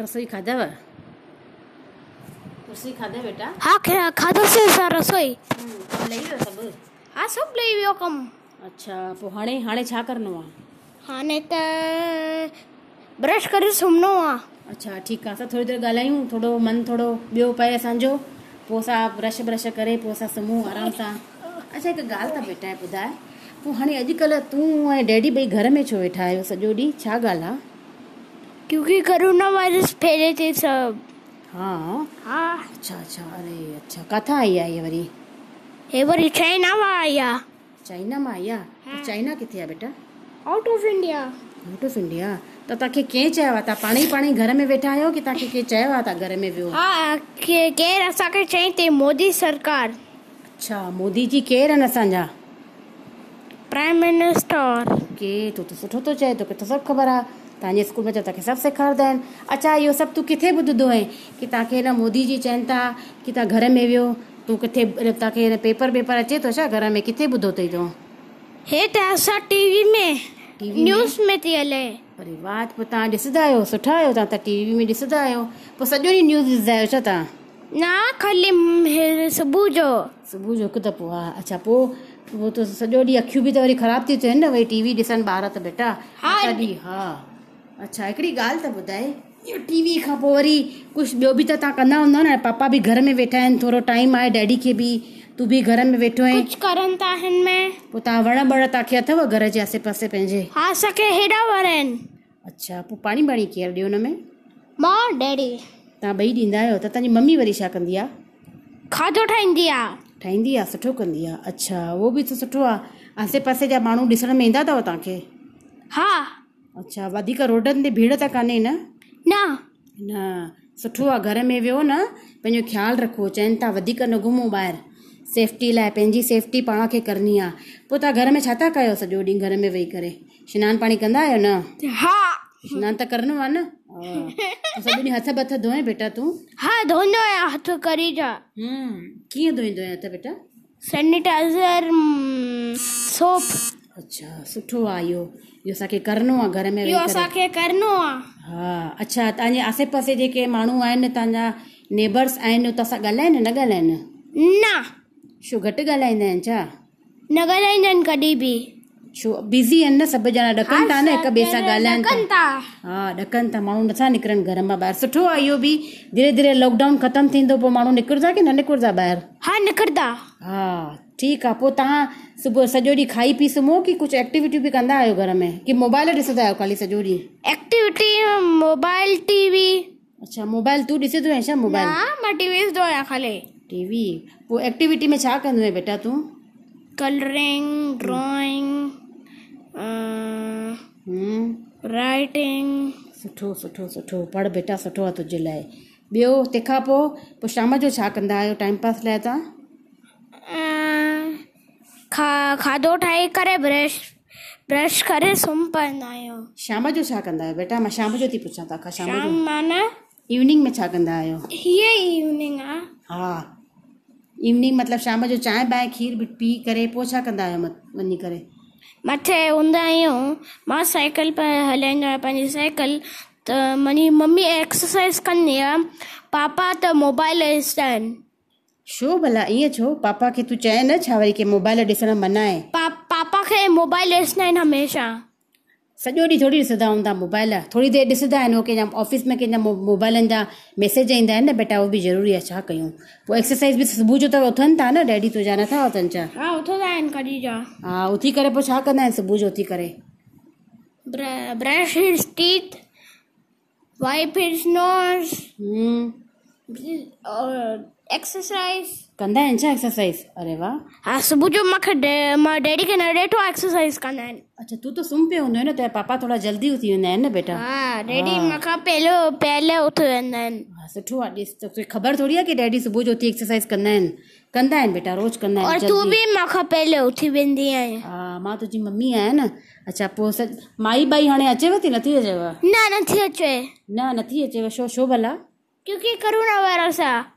रसोई खाधव रसोई खाधे बेटा હા ખે- ખાધો છે સર રસોઈ हम्म लही वियो सभु હા સબ લઈ વિયો કમ अच्छा पोइ हाणे हाणे छा करिणो आहे હાને તો तो બ્રશ કર્યું સુમનો આ अच्छा ठीकु आहे असां थोरी देरि ॻाल्हायूं थोरो मन थोड़ो ॿियो पए असांजो पोइ असां ब्रश ब्रश करे पोइ असां सुम्हूं आराम सां अच्छा हिकु ॻाल्हि त बेटा ॿुधाए पोइ हाणे अॼुकल्ह तूं ऐं डैडी ॿई घर में छो वेठा आहियो सॼो ॾींहुं छा ॻाल्हि आहे क्योंकि कोरोना वायरस फैले थे सब हा हाँ अच्छा अच्छा अरे अच्छा किथां आई आहे इहा वरी ये बार चाइना में आया चाइना मां आई आहे त चाइना किथे आहे बेटा out of India out of India त तव्हांखे कंहिं चयो आहे तव्हां पाण ई पाण ई घर में वेठा आहियो की तव्हांखे कंहिं चयो आहे तव्हां घर में वियो हाँ के केर असांखे चई ते मोदी सरकार अच्छा मोदी जी केरु आहिनि असांजा प्राइम मिनिस्टर के तूं त सुठो तो थो चए तोखे त सभु ख़बर आहे तव्हांजे स्कूल में त तोखे सभु सेखारींदा आहिनि अच्छा इहो सभु तूं किथे ॿुधंदो आहीं की तव्हांखे हिन मोदी जी चइनि था की तव्हां घर में वियो तूं किथे तव्हांखे हिन पेपर वेपर अचे थो छा घर में किथे ॿुधो अथई तूं हे त असां तो टीवी में TV में? न्यूज़ में थी हले अरे वाह पोइ तव्हां ॾिसंदा आहियो सुठा आहियो तव्हां त टीवी में ॾिसंदा आहियो पोइ सॼो ॾींहुं न्यूज़ ॾिसंदा आहियो छा तव्हां न खाली म- हे सुबुह जो सुबुह जो हिकु दफ़ो हा अच्छा पोइ उहो त सॼो ॾींहुं अखियूं बि त वरी ख़राबु थी थियनि न वरी टीवी ॾिसनि ॿार त बेटा हा, सॼो ॾींहुं, हा अच्छा हिकिड़ी ॻाल्हि त ॿुधाए इहो टीवी खां पोइ वरी कुझु ॿियो बि त तव्हां कंदा हूंदा न पापा बि घर में वेठा आहिनि थोरो टाइम आहे डैडी खे बि तूं बि घर में वेठो आहीं कुझु करनि था हिन में पोइ तव्हां वण बण तव्हांखे अथव घर जे आसे पासे पंहिंजे हा असांखे हेॾा वण आहिनि अच्छा पोइ पाणी वाणी केरु ॾियो हुन में मां डैडी तव्हां ॿई ॾींदा आहियो त तव्हांजी मम्मी वरी छा कंदी आहे खाधो ठाहींदी आहे ठाहींदी आहे सुठो कंदी आहे अच्छा उहो बि त सुठो आहे आसे पासे जा माण्हू ॾिसण में ईंदा अथव तव्हांखे हा अच्छा वधीक रोडनि ते भीड़ त कान्हे न न न सुठो आहे घर में वियो न पंहिंजो ख़्यालु रखो चइनि था वधीक न घुमो ॿाहिरि सेफ्टी लाइ पंहिंजी सेफ्टी पाण खे करणी आहे पोइ तव्हां घर में छा था कयो सॼो ॾींहुं घर में वेही करे सनानु पाणी कंदा आहियो न हा सनानु त करिणो आहे न हा। पोइ सॼो ॾींहुं हथ बथ धोए बेटा तूं हा धोईंदो आहियां हथ करी जा हम्म, कीअं धोईंदो आहीं हथ बेटा सैनिटाइज़र म, सोप अच्छा सुठो आहे इहो इहो असांखे करिणो आहे घर में वेही इहो करे असांखे करिणो आहे हा अच्छा तव्हांजे आसे पासे जेके माण्हू आहिनि तव्हांजा नेबर्स आहिनि उहो तव्हां सां ॻाल्हाइनि न ॻाल्हाइनि न छो घटि ॻाल्हाईंदा आहिनि छा न ॻाल्हाईंदा आहिनि कॾहिं बि छो बिज़ी आहिनि न सभु ॼणा ॾकनि था न हिक ॿिए सां ॻाल्हाइनि था कनि था हा ॾकनि था माण्हू नथा निकिरनि घर मां ॿाहिरि सुठो आहे इहो बि धीरे धीरे लॉकडाउन ख़तमु थींदो पोइ माण्हू निकिरंदा की न निकिरंदा ॿाहिरि हा निकिरंदा हा ठीकु आहे पोइ तव्हां सुबुह सॼो ॾींहुं खाई पी सुम्हो की कुझु एक्टिविटियूं बि कंदा आहियो घर में की मोबाइल ॾिसंदा आहियो खाली सॼो ॾींहुं एक्टिविटी मोबाइल टीवी अच्छा मोबाइल तूं ॾिसंदो आहीं छा न मोबाइल मां टीवी ॾिसंदो आहियां खाली टीवी पोइ एक्टिविटी में छा कंदो आहीं बेटा तूं कलरिंग ड्रॉइंग हम्म राइटिंग सुठो सुठो सुठो पढ़ बेटा सुठो आहे तुंहिंजे लाइ ॿियो तंहिंखां पोइ पोइ शाम जो छा कंदा आहियो टाइम पास लाइ तव्हां खा खाधो ठाहे करे ब्रश ब्रश करे सुम्ही पवंदा आहियूं शाम जो छा कंदा आहियो बेटा मां शाम जो थी पुछां तव्हांखां शाम शाम जो माना इवनिंग में छा कंदा आहियो हीअ इवनिंग आहे हा इवनिंग मतिलबु शाम जो चांहि बांहि खीर बि पी करे पोइ छा कंदा आहियो मत- वञी करे मथे हूंदा आहियूं मां साइकिल पे हलाईंदो आहियां पंहिंजी साइकिल त मुंहिंजी मम्मी एक्सरसाइज कंदी आहे पापा त मोबाइल ॾिसंदा आहिनि छो भला ईअं छो पापा खे तूं चए न छा वरी की मोबाइल ॾिसणु मना आहे पा पापा खे मोबाइल ॾिसंदा आहिनि हमेशह सॼो ॾींहुं थोरी ॾिसंदा हूंदा मोबाइल थोरी देरि ॾिसंदा आहिनि उहो कंहिंजा ऑफिस में कंहिंजा मो- मोबाइलनि जा मैसेज ईंदा आहिनि न बेटा उहो बि ज़रूरी आहे छा कयूं पोइ एक्सरसाइज बि सुबुह जो त उथनि था न डैडी तुंहिंजा नथा उथनि छा हा उथंदा आहिनि कॾहिं जा हा उथी करे पोइ छा कंदा आहिनि सुबुह जो उथी करे ब्र- brush his teeth, wipe his nose, हम्म, और एक्सरसाइज कंदा आहिनि छा एक्सरसाइज अरे वाह हा सुबुह हाँ, जो मूंखे डे- मां डैडी खे न ॾिठो एक्सरसाइज कंदा आहिनि अच्छा तूं त सुम्ही पियो हूंदो न तुंहिंजा पापा थोरा जल्दी उथी वेंदा आहिनि न बेटा हा हाँ, डैडी मूंखां पहिलो पहिले उथी वेंदा आहिनि हा सुठो आहे ॾिस त तोखे ख़बर थोरी आहे की डैडी सुबुह जो उथी एक्सरसाइज कंदा आहिनि कंदा आहिनि बेटा रोज़ कंदा और आहिनि तूं जल्दी। बि मूंखां पहिले उथी वेंदी आहीं हा मां तुंहिंजी मम्मी आहियां न अच्छा पोइ सॼ माई बाई हाणे अचेव थी नथी अचेव न नथी अचे न नथी अचेव छो छो भला क्योंकि करोना वायरस आहे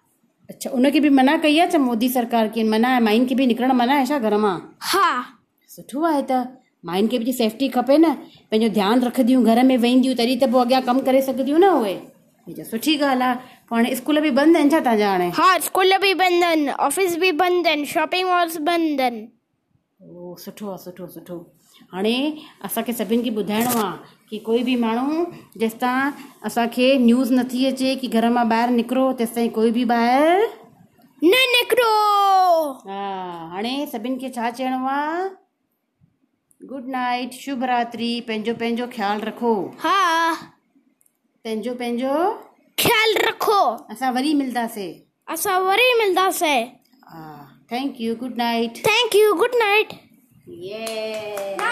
अच्छा उनखे बि मना कई आहे छा मोदी सरकार की मना आहे माइयुनि खे बि निकिरणु मना आहे छा घर मां हा सुठो आहे त माइयुनि खे बि सेफ्टी खपे न पंहिंजो ध्यानु रखंदियूं घर में वेंदियूं तॾहिं त पोइ अॻियां कमु करे सघंदियूं न उहे हे चओ सुठी ॻाल्हि आहे पोइ हाणे स्कूल बि बंदि आहिनि छा तव्हांजा हाणे हा हाँ, स्कूल बि बंदि आहिनि ऑफिस बि बंदि आहिनि शॉपिंग मॉल्स बंदि आहिनि ओ सुठो आहे सुठो सुठो हाणे असांखे सभिनि खे ॿुधाइणो आहे की कोई बि माण्हू जेसितां असांखे न्यूज़ नथी अचे की घर मां ॿाहिरि निकिरो तेसिताईं कोई बि ॿाहिरि न निकिरो हा हाणे हाँ, सभिनि खे छा चइणो आहे गुड नाइट शुभ रात्रि पंहिंजो पंहिंजो ख़्यालु रखो हा पंहिंजो पंहिंजो ख़्यालु रखो असां वरी मिलंदासीं असां वरी मिलंदासीं हा thank you good night thank you good night ये